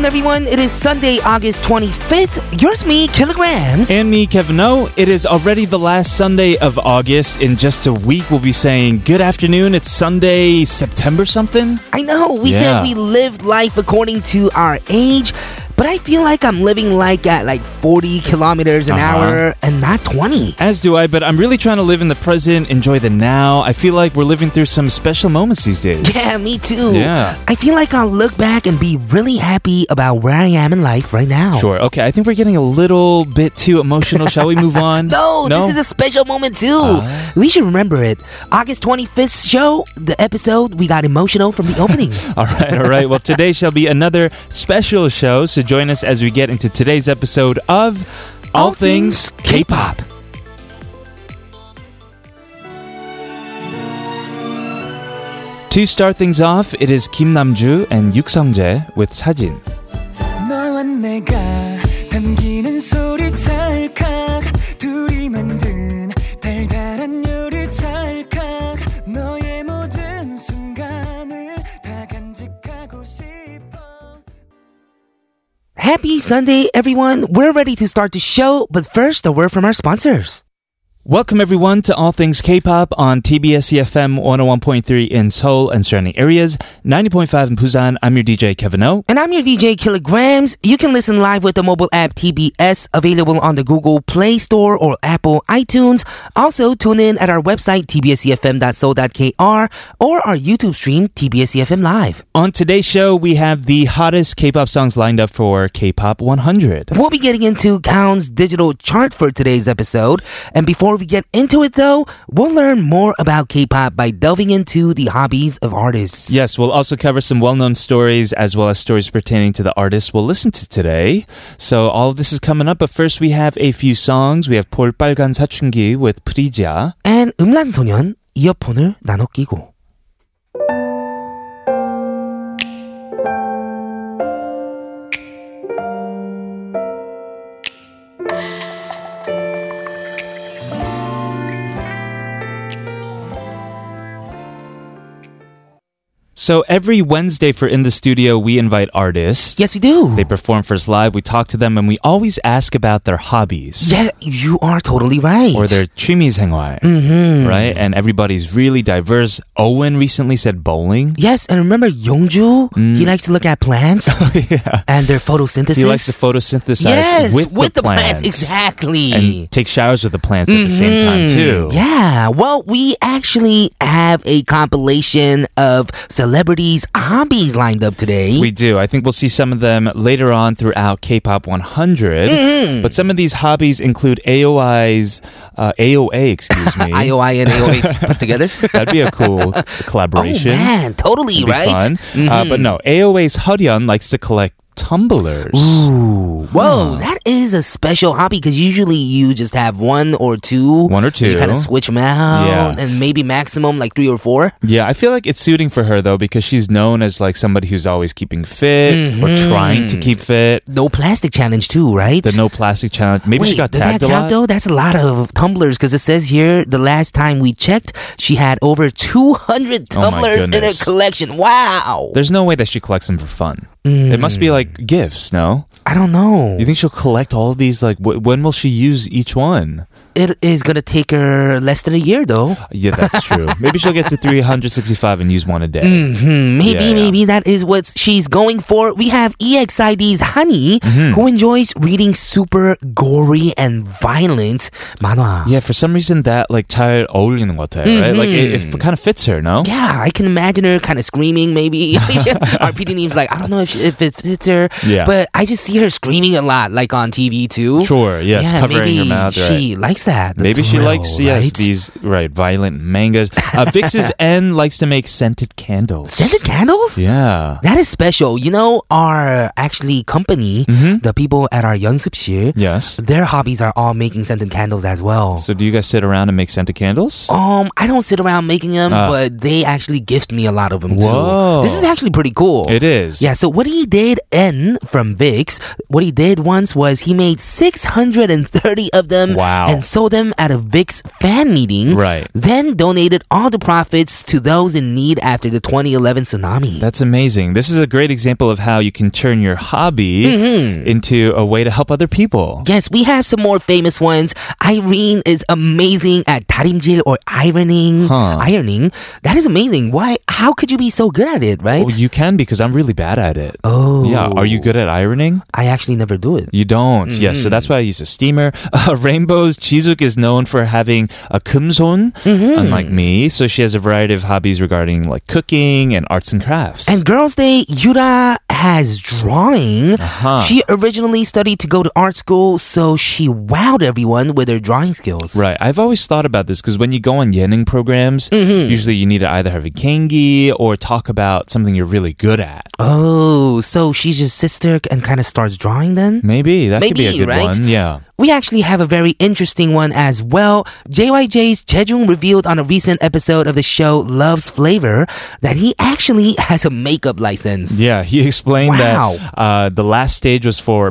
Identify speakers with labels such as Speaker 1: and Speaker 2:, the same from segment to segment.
Speaker 1: everyone. It is Sunday, August 25th. Yours, me, Kilograms.
Speaker 2: And me, Kevin O. It is already the last Sunday of August. In just a week, we'll be saying good afternoon. It's Sunday, September something.
Speaker 1: I know, we said
Speaker 2: Yeah.
Speaker 1: we lived life according to our age, but I feel like I'm living like at like 40 kilometers an
Speaker 2: Uh-huh.
Speaker 1: hour and not 20.
Speaker 2: As do I, but I'm really trying to live in the present, enjoy the now. I feel like we're living through some special moments these days.
Speaker 1: Yeah, me too.
Speaker 2: Yeah.
Speaker 1: I feel like I'll look back and be really happy about where I am in life right now.
Speaker 2: Sure. Okay. I think we're getting a little bit too emotional. Shall we move on?
Speaker 1: No, this is a special moment too.
Speaker 2: Uh-huh.
Speaker 1: we should remember it. August 25th show, the episode, we got emotional from the opening.
Speaker 2: All right, all right. Well, today shall be another special show, so join us as we get into today's episode of All,
Speaker 1: All
Speaker 2: Things
Speaker 1: Things
Speaker 2: K-Pop. To start things off, it is Kim Namju and Yuk Sungjae with 사진.
Speaker 3: 너와 내가 담기는 소리 찰칵 둘이 만든 달달한 요리 찰칵 너의 모든 순간을 다 간직하고 싶어
Speaker 1: Happy Sunday, everyone. We're ready to start the show, but first, a word from our sponsors.
Speaker 2: Welcome everyone to All Things K-pop on TBS EFM 101.3 in Seoul and surrounding areas, 90.5 in Busan. I'm your DJ Kevin O.
Speaker 1: And I'm your DJ Kilograms. You can listen live with the mobile app TBS, available on the Google Play Store or Apple iTunes. Also, tune in at our website, tbscfm.so.kr, or our YouTube stream, TBSCFM E Live.
Speaker 2: On today's show, we have the hottest K-pop songs lined up for K-pop 100.
Speaker 1: We'll be getting into Gaon's digital chart for today's episode. And before we get into it, though, we'll learn more about K pop by delving into the hobbies of artists.
Speaker 2: Yes, we'll also cover some well-known stories as well as stories pertaining to the artists we'll listen to today. So all of this is coming up, but first we have a few songs. We have 볼 빨간 사춘기 with 프리지아.
Speaker 1: And 음란 소년 이어폰을 나눠 끼고.
Speaker 2: So every Wednesday for In the Studio, we invite artists.
Speaker 1: Yes, we do.
Speaker 2: They perform for us live. We talk to them and we always ask about their hobbies.
Speaker 1: yeah, you are totally right.
Speaker 2: Or their 취미 생활, mm-hmm. right? And everybody's really diverse. Owen recently said bowling.
Speaker 1: Yes, and remember Yongju? He likes to look at plants
Speaker 2: Mm. Oh, yeah.
Speaker 1: and their photosynthesis.
Speaker 2: He likes to photosynthesize
Speaker 1: yes,
Speaker 2: with,
Speaker 1: the plants. Exactly. Mm-hmm.
Speaker 2: And take showers with the plants at the same time, too.
Speaker 1: Yeah, well, we actually have a compilation of celebrities' hobbies lined up today.
Speaker 2: We do. I think we'll see some of them later on throughout K-pop 100.
Speaker 1: Mm-hmm.
Speaker 2: But some of these hobbies include AOI's uh, AOA, excuse me.
Speaker 1: IOI and AOA put together.
Speaker 2: That'd be a cool
Speaker 1: oh
Speaker 2: collaboration.
Speaker 1: man, totally
Speaker 2: It'd be
Speaker 1: right. Mm-hmm.
Speaker 2: fun. Uh, but no, AOA's Huryeon likes to collect tumblers.
Speaker 1: Ooh, whoa, that is a special hobby because usually you just have one or two.
Speaker 2: One or
Speaker 1: and You
Speaker 2: two.
Speaker 1: kind of switch them out,
Speaker 2: Yeah.
Speaker 1: and maybe maximum like three or four.
Speaker 2: Yeah, I feel like it's suiting for her though because she's known as like somebody who's always keeping fit or
Speaker 1: Mm-hmm.
Speaker 2: trying to keep fit.
Speaker 1: No plastic challenge too, right?
Speaker 2: The no plastic challenge. Maybe
Speaker 1: Wait,
Speaker 2: she got
Speaker 1: does
Speaker 2: tagged
Speaker 1: that
Speaker 2: a
Speaker 1: count
Speaker 2: lot.
Speaker 1: though? That's a lot of tumblers because it says here the last time we checked, she had over 200
Speaker 2: Oh, my
Speaker 1: tumblers in her
Speaker 2: goodness.
Speaker 1: collection. Wow!
Speaker 2: There's no way that she collects them for fun.
Speaker 1: Mm.
Speaker 2: It must be like gifts, no?
Speaker 1: I don't know.
Speaker 2: You think she'll collect all these? Like, wh- when will she use each one?
Speaker 1: It is gonna take her less than a year though.
Speaker 2: Yeah, that's true. Maybe she'll get to 365 and use one a day.
Speaker 1: Hmm, maybe,
Speaker 2: Yeah, yeah.
Speaker 1: maybe that is what she's going for. We have E EXID's Honey,
Speaker 2: Mm-hmm.
Speaker 1: who enjoys reading super gory and violent manhwa.
Speaker 2: Yeah, for some reason that like 잘 어울리는 것 같아요, right? Like it, it kind of fits her, no?
Speaker 1: Mm-hmm. Yeah, I can imagine her kind of screaming. Maybe our PD name's like I don't know if, she, if it fits her,
Speaker 2: Yeah.
Speaker 1: but I just see her screaming a lot, like on TV too.
Speaker 2: Sure, yes,
Speaker 1: yeah,
Speaker 2: covering her
Speaker 1: maybe
Speaker 2: mouth, right.
Speaker 1: She likes that. the
Speaker 2: Maybe she
Speaker 1: thrill,
Speaker 2: likes yes
Speaker 1: right?
Speaker 2: these right violent mangas. Uh, Vix's N likes to make scented candles.
Speaker 1: scented candles.
Speaker 2: Yeah.
Speaker 1: That is special. You know, our actually company,
Speaker 2: Mm-hmm.
Speaker 1: the people at our 연습실,
Speaker 2: Yes.
Speaker 1: their hobbies are all making scented candles as well.
Speaker 2: So do you guys sit around and make scented candles?
Speaker 1: um, I don't sit around making them,
Speaker 2: Ah.
Speaker 1: but they actually gift me a lot of them
Speaker 2: Whoa.
Speaker 1: too. This is actually pretty cool.
Speaker 2: It is.
Speaker 1: Yeah, so what he did, N from VIX, what he did once was he made 630 of them
Speaker 2: Wow.
Speaker 1: and sold sold them at a VIX fan meeting,
Speaker 2: Right.
Speaker 1: then donated all the profits to those in need after the 2011 tsunami.
Speaker 2: That's amazing. This is a great example of how you can turn your hobby
Speaker 1: Mm-hmm.
Speaker 2: into a way to help other people.
Speaker 1: Yes, we have some more famous ones. Irene is amazing at 다림질 or ironing.
Speaker 2: Huh.
Speaker 1: Ironing. That is amazing. Why? How could you be so good at it, right?
Speaker 2: Well, Oh, you can because I'm really bad at it.
Speaker 1: Oh.
Speaker 2: Yeah. Are you good at ironing?
Speaker 1: I actually never do it.
Speaker 2: You don't.
Speaker 1: Mm-hmm.
Speaker 2: Yes. So that's why I use a steamer. Uh, Rainbow's Chizuk is known for having a kumson,
Speaker 1: Mm-hmm.
Speaker 2: unlike me. So she has a variety of hobbies regarding like cooking and arts and crafts.
Speaker 1: And Girls' Day, Yura has drawing.
Speaker 2: Uh-huh.
Speaker 1: She originally studied to go to art school, so she wowed everyone with her drawing skills.
Speaker 2: Right. I've always thought about this because when you go on yening programs,
Speaker 1: Mm-hmm.
Speaker 2: usually you need to either have a kangi or talk about something you're really good at.
Speaker 1: Oh, so she's just sits there and kind of starts drawing then?
Speaker 2: Maybe that could be a
Speaker 1: Maybe,
Speaker 2: good
Speaker 1: right?
Speaker 2: one. Yeah.
Speaker 1: We actually have a very interesting one as well. JYJ's Jejung revealed on a recent episode of the show Love's Flavor that he actually has a makeup license.
Speaker 2: Yeah, he explained
Speaker 1: Wow.
Speaker 2: that uh, the last stage was for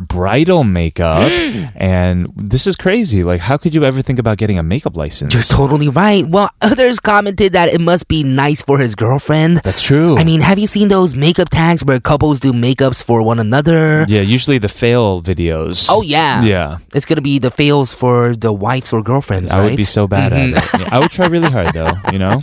Speaker 2: bridal makeup, and this is crazy. Like, how could you ever think about getting a makeup license?
Speaker 1: You're totally right. Well, others commented that it must be nice for his girlfriend.
Speaker 2: That's true.
Speaker 1: I mean, have you seen those makeup tags where couples do makeups for one another?
Speaker 2: yeah, usually the fail videos.
Speaker 1: Oh, yeah.
Speaker 2: yeah.
Speaker 1: It's gonna be the fails for the wives or girlfriends,
Speaker 2: I
Speaker 1: right?
Speaker 2: would be so bad at it. Yeah, I would try really hard, though, you know?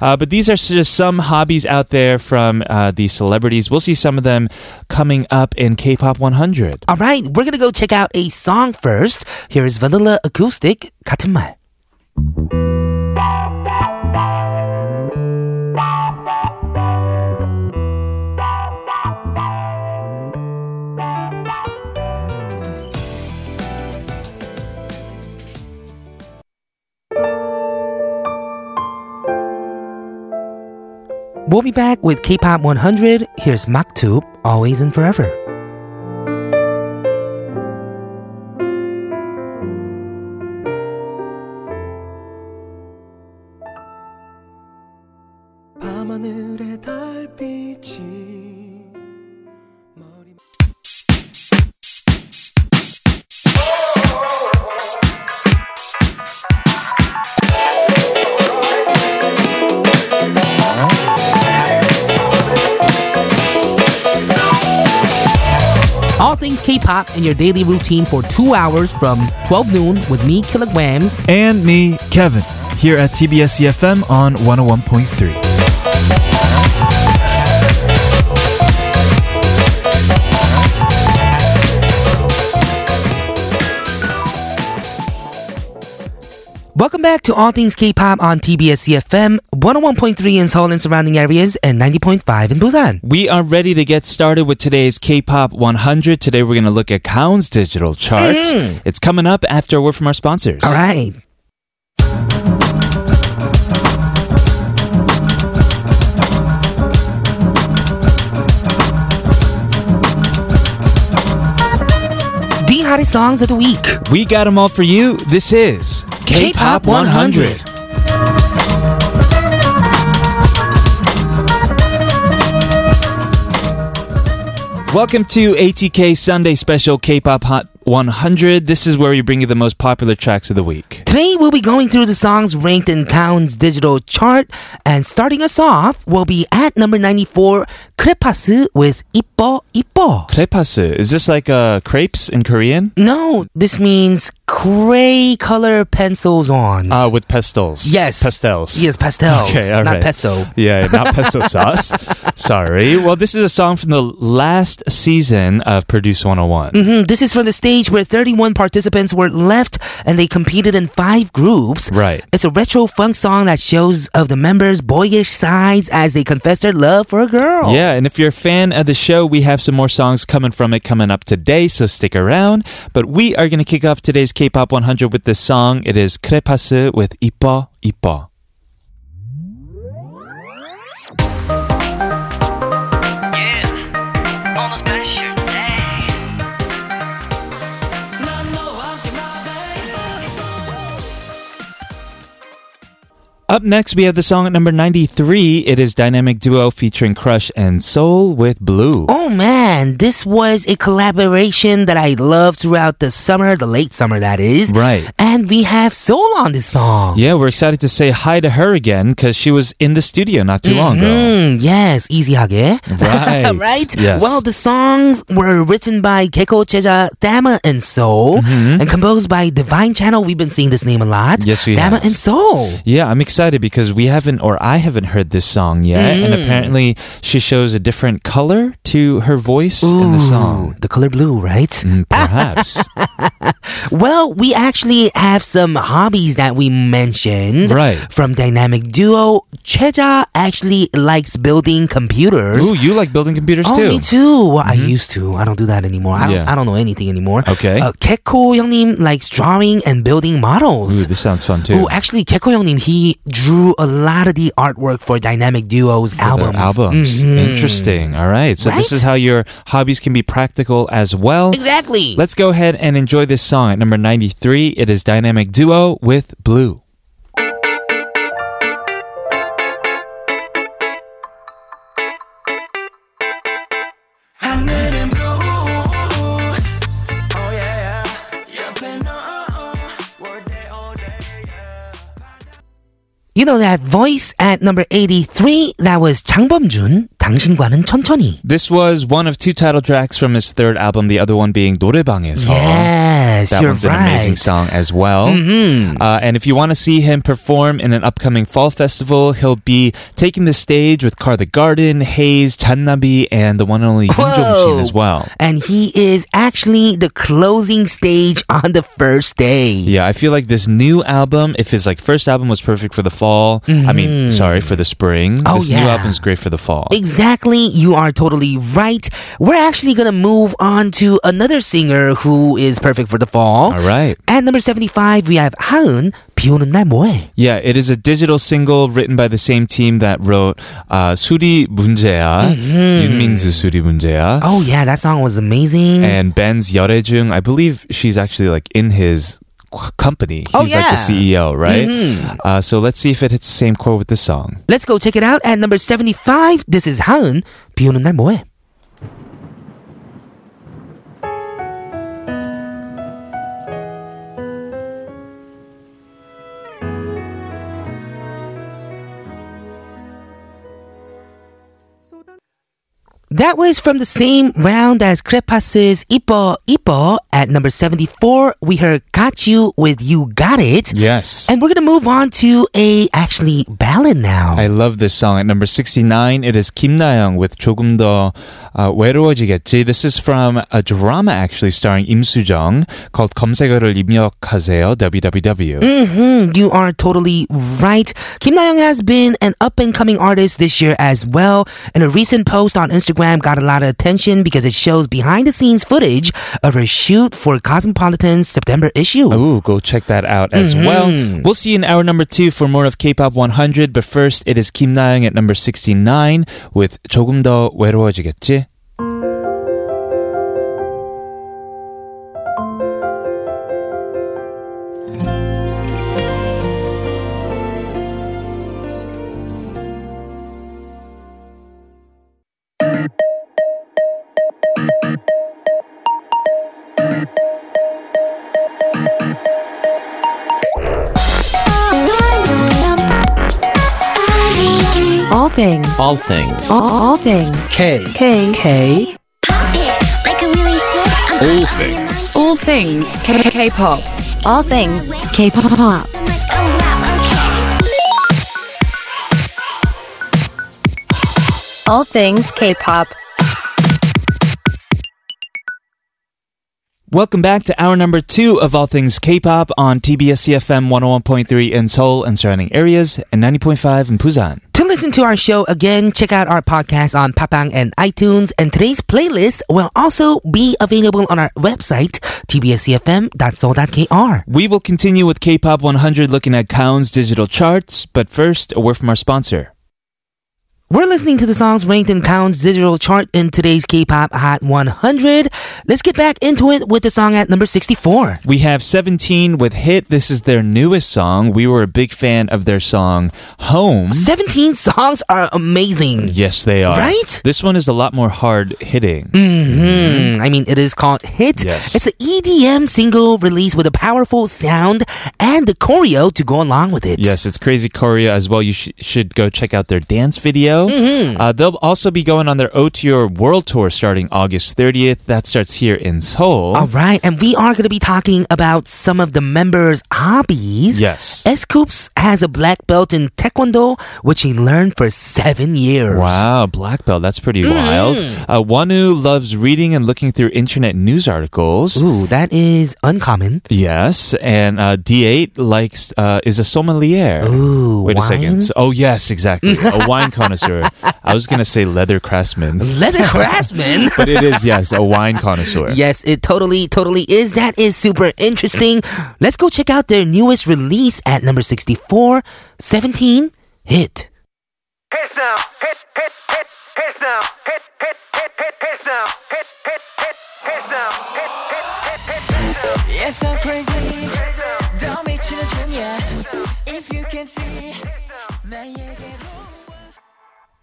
Speaker 2: Uh, but these are s- just some hobbies out there from uh, the celebrities. We'll see some of them coming up in K Pop 100.
Speaker 1: All right, we're gonna go check out a song first. Here is Vanilla Acoustic, 같은 말. We'll be back with K-pop 100. Here's Maktub, Always and Forever.
Speaker 3: 밤하늘의 달빛이 머리
Speaker 1: All things K-pop in your daily routine for two hours from 12 noon with me, Kilograms.
Speaker 2: And me, Kevin, here at TBS EFM E on 101.3.
Speaker 1: Welcome back to All Things K-pop on TBS CFM 101.3 in Seoul and surrounding areas and 90.5 in Busan.
Speaker 2: We are ready to get started with today's K-pop 100. Today we're going to look at Kaun's digital charts. It's coming up after a word from our sponsors.
Speaker 1: All right. The hottest songs of the week.
Speaker 2: We got them all for you. This is K-pop 100. Welcome to ATK Sunday Special K-pop Hot 100. This is where we bring you the most popular tracks of the week.
Speaker 1: Today we'll be going through the songs ranked in Count's digital chart and starting us off will be at number 94 Crepasu with Ippo Ippo.
Speaker 2: Crepasu. Is this like uh, crepes in Korean?
Speaker 1: No, this means gray color pencils on.
Speaker 2: Uh, with pestels.
Speaker 1: yes.
Speaker 2: Pastels.
Speaker 1: Yes, pastels.
Speaker 2: Okay, all
Speaker 1: not
Speaker 2: right.
Speaker 1: pesto.
Speaker 2: Yeah, not pesto sauce. Sorry. Well, this is a song from the last season of Produce 101.
Speaker 1: Mhm, This is from the stage where 31 participants were left and they competed in five groups.
Speaker 2: Right.
Speaker 1: It's a retro funk song that shows of the members' boyish sides as they confess their love for a girl.
Speaker 2: Yeah, and if you're a fan of the show, we have some more songs coming from it coming up today, so stick around. But we are going to kick off today's K-pop 100 with this song. It is Crepasu with Ipo Ipo. Up next, we have the song at number 93. It is Dynamic Duo featuring Crush and Soul with Blue.
Speaker 1: Oh man, this was a collaboration that I loved throughout the summer, the late summer that is.
Speaker 2: Right.
Speaker 1: And we have Soul on this song.
Speaker 2: Yeah, we're excited to say hi to her again because she was in the studio not too long ago.
Speaker 1: Mm, yes, easy하게.
Speaker 2: Right.
Speaker 1: right?
Speaker 2: Yes.
Speaker 1: Well, the songs were written by Keiko Cheja, Dama, and Soul, and composed by Divine Channel. We've been seeing this name a lot.
Speaker 2: Mm-hmm. Yes, we
Speaker 1: Dama
Speaker 2: have.
Speaker 1: and Soul.
Speaker 2: Yeah, I'm excited because we haven't, or I haven't heard this song yet. And
Speaker 1: Mm.
Speaker 2: apparently, she shows a different color to her voice in the
Speaker 1: Ooh,
Speaker 2: song.
Speaker 1: The color blue, right?
Speaker 2: Mm, Perhaps.
Speaker 1: Well, we actually have some hobbies that we mentioned.
Speaker 2: Right.
Speaker 1: From Dynamic Duo, Cheja actually likes building computers.
Speaker 2: Ooh, you like building computers
Speaker 1: Oh,
Speaker 2: too. Mm-hmm.
Speaker 1: me too. Well, I used to. I don't do that anymore. I don't,
Speaker 2: Yeah.
Speaker 1: I don't know anything anymore.
Speaker 2: Okay.
Speaker 1: Uh, Keko 형님 likes drawing and building models.
Speaker 2: Ooh, this sounds fun too.
Speaker 1: Oh, actually, Keko 형님, he drew a lot of the artwork for Dynamic Duo's
Speaker 2: Their
Speaker 1: albums.
Speaker 2: albums.
Speaker 1: Mhm.
Speaker 2: Interesting. All right. So,
Speaker 1: Right?
Speaker 2: this is how your hobbies can be practical as well.
Speaker 1: Exactly.
Speaker 2: Let's go ahead and enjoy this song at number 93. It is Dynamic Duo with Blue.
Speaker 3: 하늘은 blue Oh yeah 옆에 너 All day all day yeah.
Speaker 1: You know that voice at number 83? That was 장범준, 당신과는 천천히.
Speaker 2: This was one of two title tracks from his third album, the other one being 노래방에서.
Speaker 1: Yes,
Speaker 2: That
Speaker 1: you're
Speaker 2: one's
Speaker 1: right. Mm-hmm.
Speaker 2: an amazing song as well. Uh, and if you want to see him perform in an upcoming fall festival, he'll be taking the stage with Car the Garden, Hayes, Channabi, and the one and only Yoon Jong Shin
Speaker 1: Whoa.
Speaker 2: as well.
Speaker 1: And he is actually the closing stage on the first day.
Speaker 2: Yeah, I feel like this new album, if his like first album was perfect for the fall, I mean, sorry, for the spring.
Speaker 1: Mm-hmm. Oh,
Speaker 2: this new
Speaker 1: yeah.
Speaker 2: album's great for the fall.
Speaker 1: Exactly, you are totally right. We're actually gonna move on to another singer who is perfect for the fall.
Speaker 2: All right.
Speaker 1: At number 75, we have 하은, 비 오는 날 뭐해?
Speaker 2: Yeah, it is a digital single written by the same team that wrote uh, 수리 문제야,
Speaker 1: Mm-hmm.
Speaker 2: 윤민수 수리 문제야,
Speaker 1: Oh, yeah, that song was amazing.
Speaker 2: and Ben's 열애중. I believe she's actually like in his qu- company. He's
Speaker 1: Oh,
Speaker 2: like the
Speaker 1: yeah. Mm-hmm.
Speaker 2: CEO, right? Uh, so let's see if it hits the same chord with this song.
Speaker 1: Let's go check it out. At number 75, this is 하은, 비 오는 날 뭐해? That was from the same round as Crepas's Ipo Ipo. At number 74, we heard Got You with You Got It.
Speaker 2: Yes.
Speaker 1: And we're going to move on to a actually ballad now.
Speaker 2: I love this song. At number 69, it is Kim Na-young with 조금 더 uh, 외로워지겠지. This is from a drama actually starring Im Soo-jung called 검색어를 입력하세요, www.
Speaker 1: Mhm, you are totally right. Kim Na Young has been an up and coming artist this year as well. And a recent post on Instagram got a lot of attention because it shows behind the scenes footage of her shoot for Cosmopolitan's September issue.
Speaker 2: Ooh, go check that out as well. We'll see you in hour number two for more of K-pop 100. But first, it is Kim Na-young at number 69 with 조금 더 외로워지겠지.
Speaker 4: All things.
Speaker 5: All things.
Speaker 4: All, all things.
Speaker 5: K.
Speaker 4: K. K.
Speaker 5: All things.
Speaker 4: All things. K. K. Pop. All things. K. Pop. All things K. Pop.
Speaker 2: Welcome back to hour number two of All Things K-pop on TBS CFM 101.3 in Seoul and surrounding areas and 90.5 in Busan.
Speaker 1: To listen to our show again, check out our podcast on Papang and iTunes. And today's playlist will also be available on our website, tbscfm.soul.kr.
Speaker 2: We will continue with K-pop 100 looking at Kaun's digital charts, but first, a word from our sponsor.
Speaker 1: We're listening to the songs ranked in Count's digital chart in today's K-pop Hot 100. Let's get back into it with the song at number 64.
Speaker 2: We have 17 with Hit. This is their newest song. We were a big fan of their song Home.
Speaker 1: 17 songs are amazing.
Speaker 2: Yes, they are.
Speaker 1: Right?
Speaker 2: This one is a lot more hard hitting.
Speaker 1: Mm, I mean, it is called Hit.
Speaker 2: Yes.
Speaker 1: It's an EDM single released with a powerful sound and the choreo to go along with it.
Speaker 2: Yes, it's Crazy Korea as well. You sh- should go check out their dance video.
Speaker 1: Mm-hmm.
Speaker 2: Uh, they'll also be going on their OTR World Tour starting August 30th. That starts here in Seoul.
Speaker 1: All right, and we are going to be talking about some of the members' hobbies.
Speaker 2: Yes.
Speaker 1: S Coops has a black belt in Taekwondo, which he learned for seven years.
Speaker 2: Wow, black belt. That's pretty
Speaker 1: Mm-hmm.
Speaker 2: wild. Uh, Wanu loves reading and looking through internet news articles.
Speaker 1: Ooh, that is uncommon.
Speaker 2: Yes, and uh, D8 likes uh, is a sommelier.
Speaker 1: Ooh,
Speaker 2: Wait a
Speaker 1: wine?
Speaker 2: second. Oh yes, exactly. A wine connoisseur. I was gonna say leather craftsman,
Speaker 1: Leather craftsman.
Speaker 2: but it is yes, a wine connoisseur.
Speaker 1: Yes, it totally, totally is. That is super interesting. Let's go check out their newest release at number 64, 17 Hit.
Speaker 3: Hits now, hit, hit, hit, hits now, hit, hit, hit, hit, hits now, hit, hit, hit, hits now, hit, hit, hit, hit, hits now.
Speaker 5: It's so crazy. 더 미치는 중이야. If you can see 나에게로.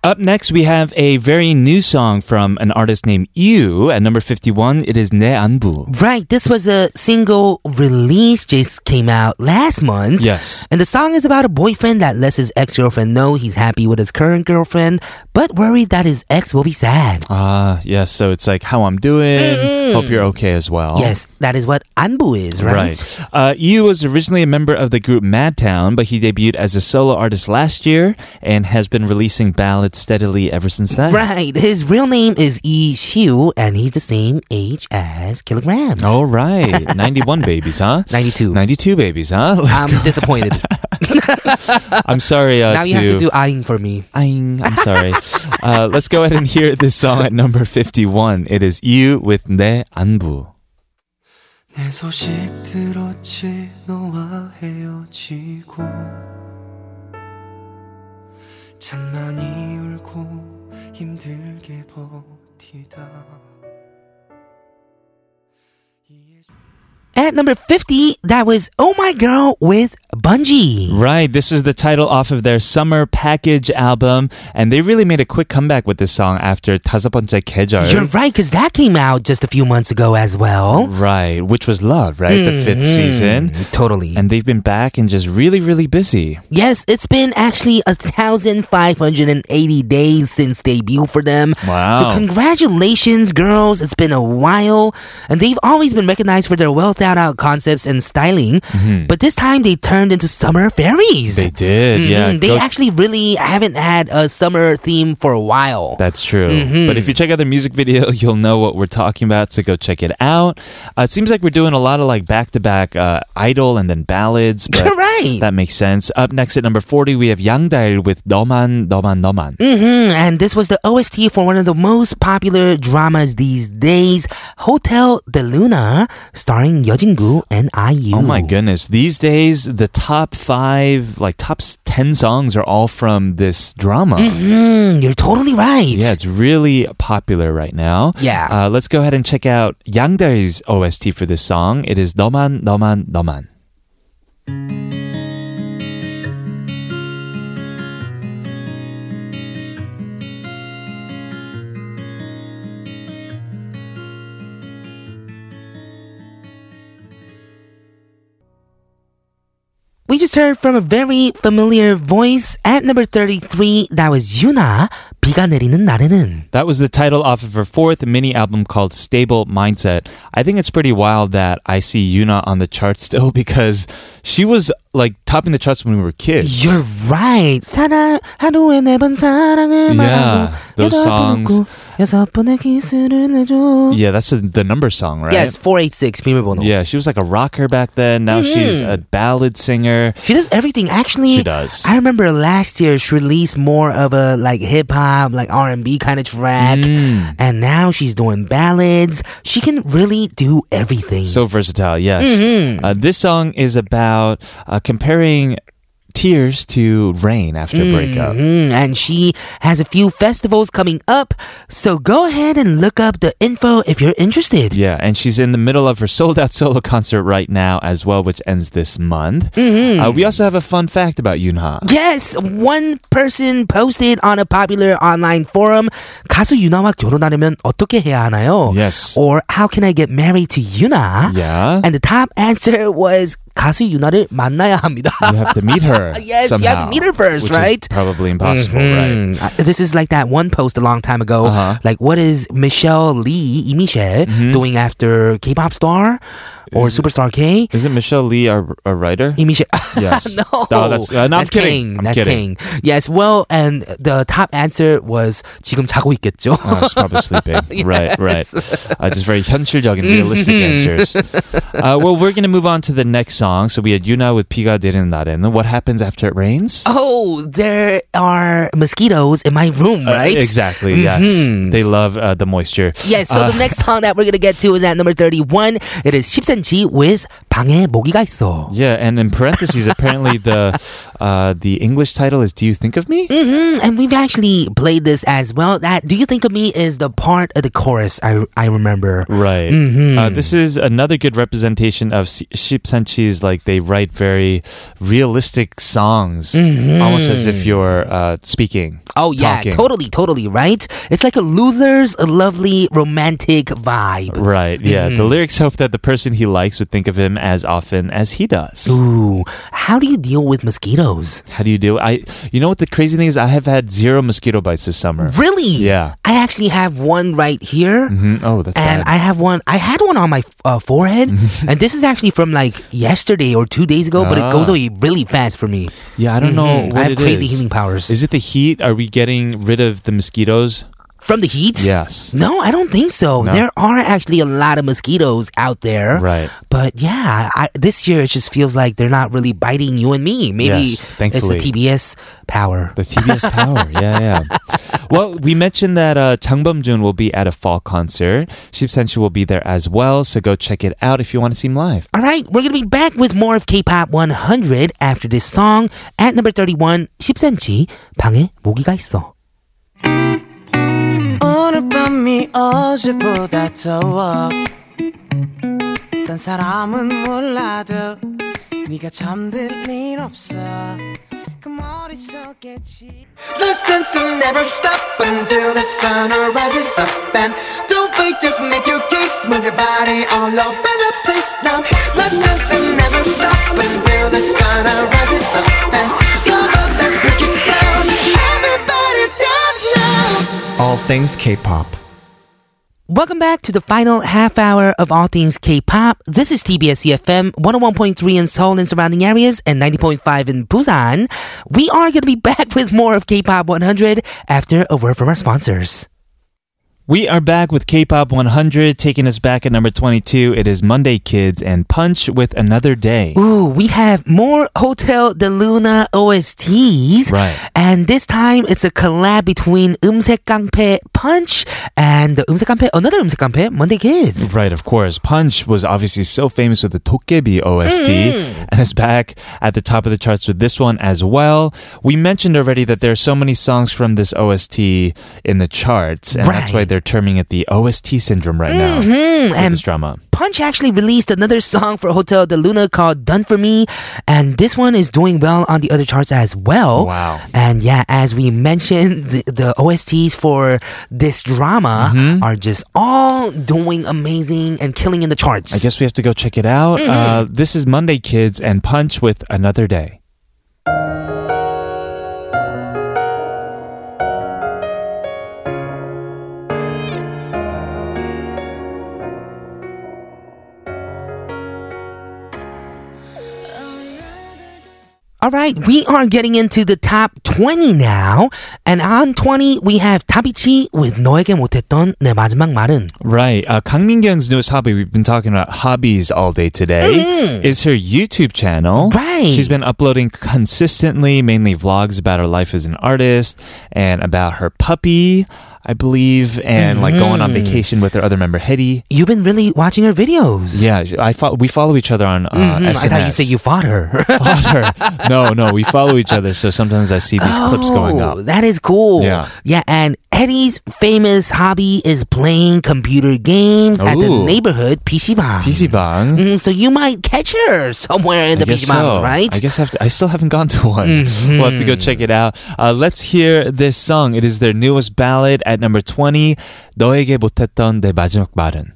Speaker 2: Up next, we have a very new song from an artist named Yu. At number fifty-one, it is Ne Anbu.
Speaker 1: Right, this was a single release, just came out last month.
Speaker 2: Yes.
Speaker 1: And the song is about a boyfriend that lets his ex girlfriend know he's happy with his current girlfriend, but worried that his ex will be sad.
Speaker 2: Ah, yes. So it's like how I'm doing. Hope you're okay as well.
Speaker 1: Mm-hmm. Yes, that is what Anbu is, right?
Speaker 2: Uh, Yu was originally a member of the group Madtown, but he debuted as a solo artist last year and has been releasing ballads steadily ever since then.
Speaker 1: Right, his real name is Yi Xiu, and he's the same age as Kilograms.
Speaker 2: All right. 91 babies, huh?
Speaker 1: 92.
Speaker 2: 92 babies, huh? Let's
Speaker 1: I'm disappointed.
Speaker 2: go- I'm sorry. Uh,
Speaker 1: Um, now you have to do eyeing for me.
Speaker 2: Aing, I'm sorry. uh, let's go ahead and hear this song at number 51. It is You with 내 안부.
Speaker 6: 내 소식 들었지 너와 헤어지고 참 많이 울고 힘들게 버티다
Speaker 1: At number 50, that was Oh My Girl with Bungie.
Speaker 2: Right, this is the title off of their summer package album, and they really made a quick comeback with this song after 다섯 번째 계절.
Speaker 1: You're right, because that came out just a few months ago as well. Mm,
Speaker 2: Right, which was Love, right? The fifth season.
Speaker 1: Totally.
Speaker 2: And they've been back and just really, really busy.
Speaker 1: yes, it's been actually 1,580 days since debut for them.
Speaker 2: Wow.
Speaker 1: So, congratulations, girls. It's been a while. And they've always been recognized for their well thought out concepts and styling. But this time they turned into summer fairies.
Speaker 2: Mm-hmm. Mm, They did, yeah.
Speaker 1: Mhm, They
Speaker 2: Go-
Speaker 1: actually really haven't had a summer theme for a while.
Speaker 2: That's true.
Speaker 1: Mm-hmm.
Speaker 2: But if you check out the music video, you'll know what we're talking about. So go check it out. Uh, it seems like we're doing a lot of like back to back idol and then ballads. But
Speaker 1: You're right.
Speaker 2: That makes sense. Up next at number 40, we have Yang Dae with 너만, 너만, 너만.
Speaker 1: hmm And this was the OST for one of the most popular dramas these days, Hotel de Luna, starring Yeo Jin-gu and IU.
Speaker 2: Oh my goodness. These days, the top five, like top s- 10 songs are all from this drama.
Speaker 1: Mm, you're totally right.
Speaker 2: Yeah, it's really popular right now.
Speaker 1: Yeah.
Speaker 2: Uh, let's go ahead and check out Yang Dae's OST for this song. It is 너만, 너만, 너만.
Speaker 1: We just heard from a very familiar voice at number 33. That was Yuna, 비가 내리는 날에는.
Speaker 2: That was the title off of her fourth mini album called Stable Mindset. I think it's pretty wild that I see Yuna on the chart still because she was like topping the charts when we were kids.
Speaker 1: You're right. 사랑 하루에 네번 사랑을
Speaker 2: Yeah,
Speaker 1: 말하고
Speaker 2: those
Speaker 1: 여덟 번
Speaker 2: songs.
Speaker 1: 웃고 여섯 번의 키스를 해줘.
Speaker 2: yeah, that's the the number song, right?
Speaker 1: Yes, 486 비밀 번호.
Speaker 2: Yeah, she was like a rocker back then. Now she's a ballad singer.
Speaker 1: She does everything. Actually,
Speaker 2: She does.
Speaker 1: I remember last year she released more of a like hip hop, like R and B kind of track,
Speaker 2: Mm.
Speaker 1: and now she's doing ballads. She can really do everything.
Speaker 2: So versatile, yes. Uh, this song is about uh, comparing tears to rain after a breakup.
Speaker 1: Mm, and she has a few festivals coming up, so go ahead and look up the info if you're interested.
Speaker 2: Yeah, and she's in the middle of her sold out solo concert right now as well, which ends this month.
Speaker 1: Mm-hmm.
Speaker 2: Uh, we also have a fun fact about Yunha.
Speaker 1: Yes, one person posted on a popular online forum 가수 유나와 결혼하려면 어떻게 해야 하나요?
Speaker 2: Yes.
Speaker 1: Or how can I get married to Yuna?
Speaker 2: Yeah.
Speaker 1: And the top answer was 가수 유나를 만나야 합니다.
Speaker 2: you have to meet her.
Speaker 1: Yes, you have to
Speaker 2: somehow,
Speaker 1: meet her first,
Speaker 2: which
Speaker 1: right?
Speaker 2: Is probably impossible, right?
Speaker 1: Mm, uh, This is like that one post a long time ago.
Speaker 2: Uh-huh. Mm-hmm.
Speaker 1: Like, what is Michelle Lee, E. Michelle, doing after K-pop star or superstar K?
Speaker 2: Isn't Michelle Lee our, our writer?
Speaker 1: E. Michelle.
Speaker 2: Yes.
Speaker 1: no.
Speaker 2: No, that's- uh, no, I'm kidding.
Speaker 1: King.
Speaker 2: I'm
Speaker 1: that's
Speaker 2: kidding.
Speaker 1: King. Yes. Well, and the top answer was 지금 자고 있겠죠.
Speaker 2: Oh, she's probably sleeping. Right, right. Uh, just very 현실적인, realistic
Speaker 1: Mm-hmm.
Speaker 2: answers. Uh, well, we're going to move on to the next song. So we had Yuna with 비가 내리는 날에는. What happens after it rains?
Speaker 1: Oh, there are mosquitoes in my room,
Speaker 2: Uh,
Speaker 1: right?
Speaker 2: exactly,
Speaker 1: Mhm.
Speaker 2: yes. They love uh, the moisture. Uh,
Speaker 1: Yes, so the next song that we're gonna get to is at number 31. It is 10cm with 방에 모기가 있어.
Speaker 2: Yeah, and in parentheses, apparently the uh, the English title is "Do You Think of Me?"
Speaker 1: Mm, and we've actually played this as well. That "Do You Think of Me" is the part of the chorus I I remember.
Speaker 2: Right.
Speaker 1: Mm-hmm.
Speaker 2: Uh, this is another good representation of Si- Ship Sanchi's. Like they write very realistic songs, almost as if you're uh, speaking.
Speaker 1: Mm-hmm. Oh yeah,
Speaker 2: talking.
Speaker 1: totally, totally right. It's like a loser's lovely romantic vibe.
Speaker 2: Right. Yeah.
Speaker 1: Mm-hmm.
Speaker 2: The lyrics hope that the person he likes would think of him as often as he does.
Speaker 1: Ooh, how do you deal with mosquitoes?
Speaker 2: How do you do? I. You know what the crazy thing is? I have had zero mosquito bites this summer.
Speaker 1: Really?
Speaker 2: Yeah.
Speaker 1: I actually have one right here.
Speaker 2: Mhm. Oh, that's
Speaker 1: And
Speaker 2: bad.
Speaker 1: I have one. I had one on my uh, forehead, and this is actually from like yesterday or two days ago. But it goes
Speaker 2: Ah.
Speaker 1: away really fast for me.
Speaker 2: yeah, I don't
Speaker 1: Mhm.
Speaker 2: know. what
Speaker 1: I have
Speaker 2: it
Speaker 1: crazy
Speaker 2: is.
Speaker 1: healing powers
Speaker 2: Is it the heat? Are we getting rid of the mosquitoes?
Speaker 1: from the heat.
Speaker 2: Yes.
Speaker 1: No, I don't think so.
Speaker 2: No?
Speaker 1: There are actually a lot of mosquitoes out there.
Speaker 2: Right.
Speaker 1: But yeah, I, this year it just feels like they're not really biting you and me. Maybe
Speaker 2: Yes, thankfully.
Speaker 1: it's the TBS power.
Speaker 2: The TBS power, yeah, yeah. Well, we mentioned that uh, Chang Jun will be at a fall concert. Shib Sanchi will be there as well, so go check it out if you want to see him live.
Speaker 1: All right, we're going to be back with more of K-pop 100 after this song at number 31, 10cm, 방에 모기가 있어.
Speaker 5: 오늘 밤이 어제보다 더워 딴 사람은 몰라도 네가 잠들 일 없어 그 머릿속에 지
Speaker 7: Let's dance and never stop until the sun rises up and don't wait, just make your case, move your body all over the place now. Let's dance and never stop until the sun rises up and come on, let's break it down. Everybody dance now. All things K-pop.
Speaker 1: Welcome back to the final half hour of All Things K-Pop. This is TBS EFM 101.3 in Seoul and surrounding areas and 90.5 in Busan. We are going to be back with more of K-Pop 100 after a word from our sponsors.
Speaker 2: We are back with K-pop 100, taking us back at number 22. It is Monday Kids and Punch with Another Day.
Speaker 1: Ooh, we have more Hotel de Luna OSTs.
Speaker 2: Right.
Speaker 1: And this time it's a collab between 음색 깡패 Punch and the 음색 깡패, another 음색 깡패, Monday Kids.
Speaker 2: Right, of course. Punch was obviously so famous with the Tokkebi OST
Speaker 1: Mm-hmm.
Speaker 2: and is back at the top of the charts with this one as well. We mentioned already that there are so many songs from this OST in the charts, and that's why
Speaker 1: Right.
Speaker 2: they're terming it the OST syndrome right now.
Speaker 1: Mhm,
Speaker 2: for
Speaker 1: and-
Speaker 2: this drama.
Speaker 1: Punch actually released another song for Hotel de Luna called Done For Me, and this one is doing well on the other charts as well.
Speaker 2: Wow.
Speaker 1: And yeah, as we mentioned, the, the OSTs for this drama
Speaker 2: Mm-hmm.
Speaker 1: are just all doing amazing and killing in the charts.
Speaker 2: I guess we have to go check it out.
Speaker 1: Mm-hmm.
Speaker 2: Uh, this is Monday Kids and Punch with Another Day.
Speaker 1: All right, we are getting into the top 20 now. And on 20, we have Tabichi with 너에게 못했던 내 마지막 말은.
Speaker 2: Right. Uh, Kang Min Kyung's newest hobby, we've been talking about hobbies all day today, is her YouTube channel.
Speaker 1: Mm-hmm. Right.
Speaker 2: She's been uploading consistently, mainly vlogs about her life as an artist and about her puppy. I believe, and like going
Speaker 1: Mm-hmm.
Speaker 2: on vacation with their other member, Hetty.
Speaker 1: You've been really watching her videos.
Speaker 2: Yeah, I fo- we follow each other on uh,
Speaker 1: Hmm,
Speaker 2: SNS.
Speaker 1: I thought you said you fought her.
Speaker 2: Follow her. no, no, we follow each other. So sometimes I see these clips going
Speaker 1: Oh,
Speaker 2: up.
Speaker 1: That is cool.
Speaker 2: Yeah.
Speaker 1: Yeah, and Eddie's famous hobby is playing computer games at the
Speaker 2: Ooh.
Speaker 1: neighborhood PC방.
Speaker 2: PC bang.
Speaker 1: Mm, so you might catch her somewhere in the
Speaker 2: I guess
Speaker 1: PC방s,
Speaker 2: so.
Speaker 1: right? Mm-hmm.
Speaker 2: I guess I, have to, I still haven't gone to one. We'll have to go check it out. Uh, let's hear this song. It is their newest ballad at number 20. 너에게 못했던 내 마지막 말은.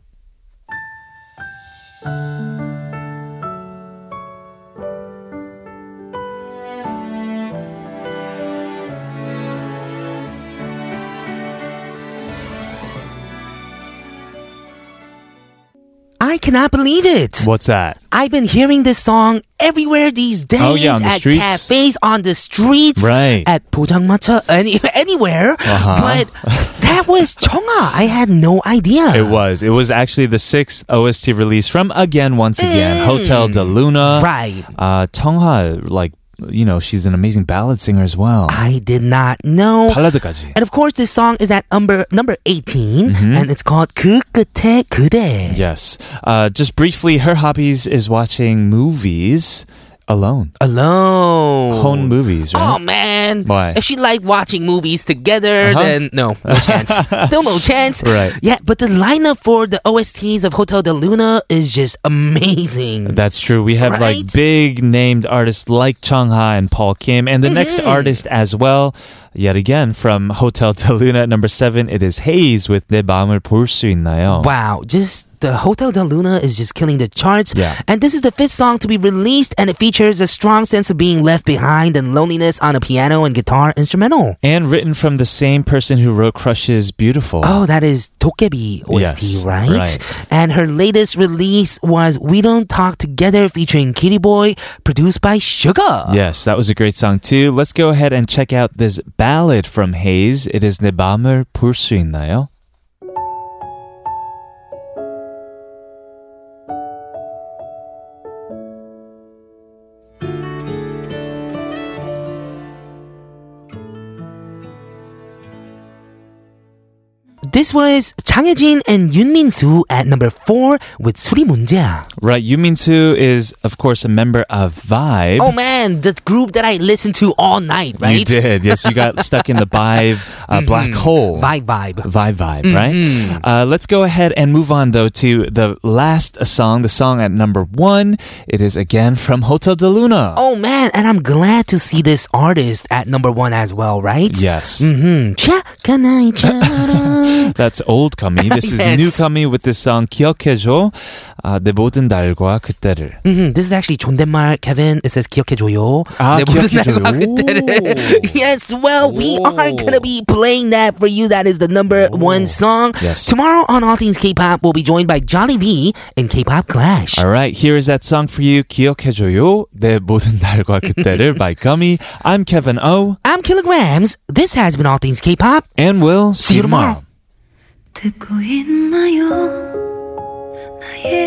Speaker 1: I cannot believe it.
Speaker 2: What's that?
Speaker 1: I've been hearing this song everywhere these days.
Speaker 2: Oh, yeah, on the
Speaker 1: at
Speaker 2: streets.
Speaker 1: cafes, on the streets,
Speaker 2: Right.
Speaker 1: At Pojangmacha, any, anywhere.
Speaker 2: Uh-huh.
Speaker 1: But that was Chonga. I had no idea.
Speaker 2: It was. It was actually the sixth OST release from again, once again, Hotel de Luna.
Speaker 1: Mm. Right.
Speaker 2: Uh, Chongha, like, you know, she's an amazing ballad singer as well.
Speaker 1: I did not know.
Speaker 2: 발라드까지.
Speaker 1: And of course, this song is at number number 18,
Speaker 2: Mm-hmm.
Speaker 1: and it's called 그 끝에 그대.
Speaker 2: Yes. Uh, just briefly, her hobbies is watching movies alone.
Speaker 1: Alone.
Speaker 2: Home movies, right?
Speaker 1: Oh man!
Speaker 2: Why?
Speaker 1: If she liked watching movies together,
Speaker 2: Uh-huh.
Speaker 1: then no, no chance. Still no chance.
Speaker 2: Right.
Speaker 1: Yeah, but the lineup for the OSTs of Hotel de Luna is just amazing.
Speaker 2: That's true. We have
Speaker 1: Right?
Speaker 2: like big named artists like Chang Ha and Paul Kim, and the
Speaker 1: Mm-hmm.
Speaker 2: next artist as well. Yet again from Hotel de Luna at number seven, it is Hayes with 내 마음을 볼수 있나요?
Speaker 1: Wow, just the Hotel de Luna is just killing the charts.
Speaker 2: Yeah.
Speaker 1: And this is the fifth song to be released, and it features a strong sense of being left behind and loneliness on a piano and guitar instrumental.
Speaker 2: And written from the same person who wrote Crushes Beautiful.
Speaker 1: Oh, that is Tokebi OST,
Speaker 2: Yes,
Speaker 1: right?
Speaker 2: right.
Speaker 1: And her latest release was We Don't Talk Together featuring Kitty Boy, produced by Sugar.
Speaker 2: Yes, that was a great song too. Let's go ahead and check out this ballad from Hayes. It is 내 마음을 볼수 있나요?
Speaker 1: This was Chang Jin and Yoon Min Soo at number four with Suri Munja.
Speaker 2: Right, Yumin Soo is of course a member of Vibe.
Speaker 1: Oh man, the group that I listened to all night, right? Mm-hmm.
Speaker 2: You did. Yes, you got stuck in the Vibe uh, black hole.
Speaker 1: Vibe vibe.
Speaker 2: Vibe vibe,
Speaker 1: Mm-hmm.
Speaker 2: right? Uh, let's go ahead and move on though to the last song, the song at number one. It is again from Hotel de Luna.
Speaker 1: Oh man, and I'm glad to see this artist at number one as well, right?
Speaker 2: Yes,
Speaker 1: Mm-hmm. 착한
Speaker 2: that's old Kami. This is
Speaker 1: Yes.
Speaker 2: new Kami with this song 기억해줘 uh, 내 모든 날과 그때를.
Speaker 1: hmm This is actually 존댓말, Kevin. It says 기억해줘요.
Speaker 2: 아,
Speaker 1: 내 모든
Speaker 2: 기억해줘요.
Speaker 1: 날과 그때를.
Speaker 2: 오.
Speaker 1: yes, well, we are
Speaker 2: 오.
Speaker 1: gonna be playing that for you. That is the number one song.
Speaker 2: Yes.
Speaker 1: Tomorrow on All Things K-pop, we'll be joined by Jolly V in K-pop Clash.
Speaker 2: All right, here is that song for you. 기억해줘요 내 모든 날과 그때를 by Kami. I'm Kevin O,
Speaker 1: I'm Kilograms. This has been All Things K-pop.
Speaker 2: and we'll see,
Speaker 1: you tomorrow.
Speaker 2: tomorrow.
Speaker 8: 듣고 있나요 나의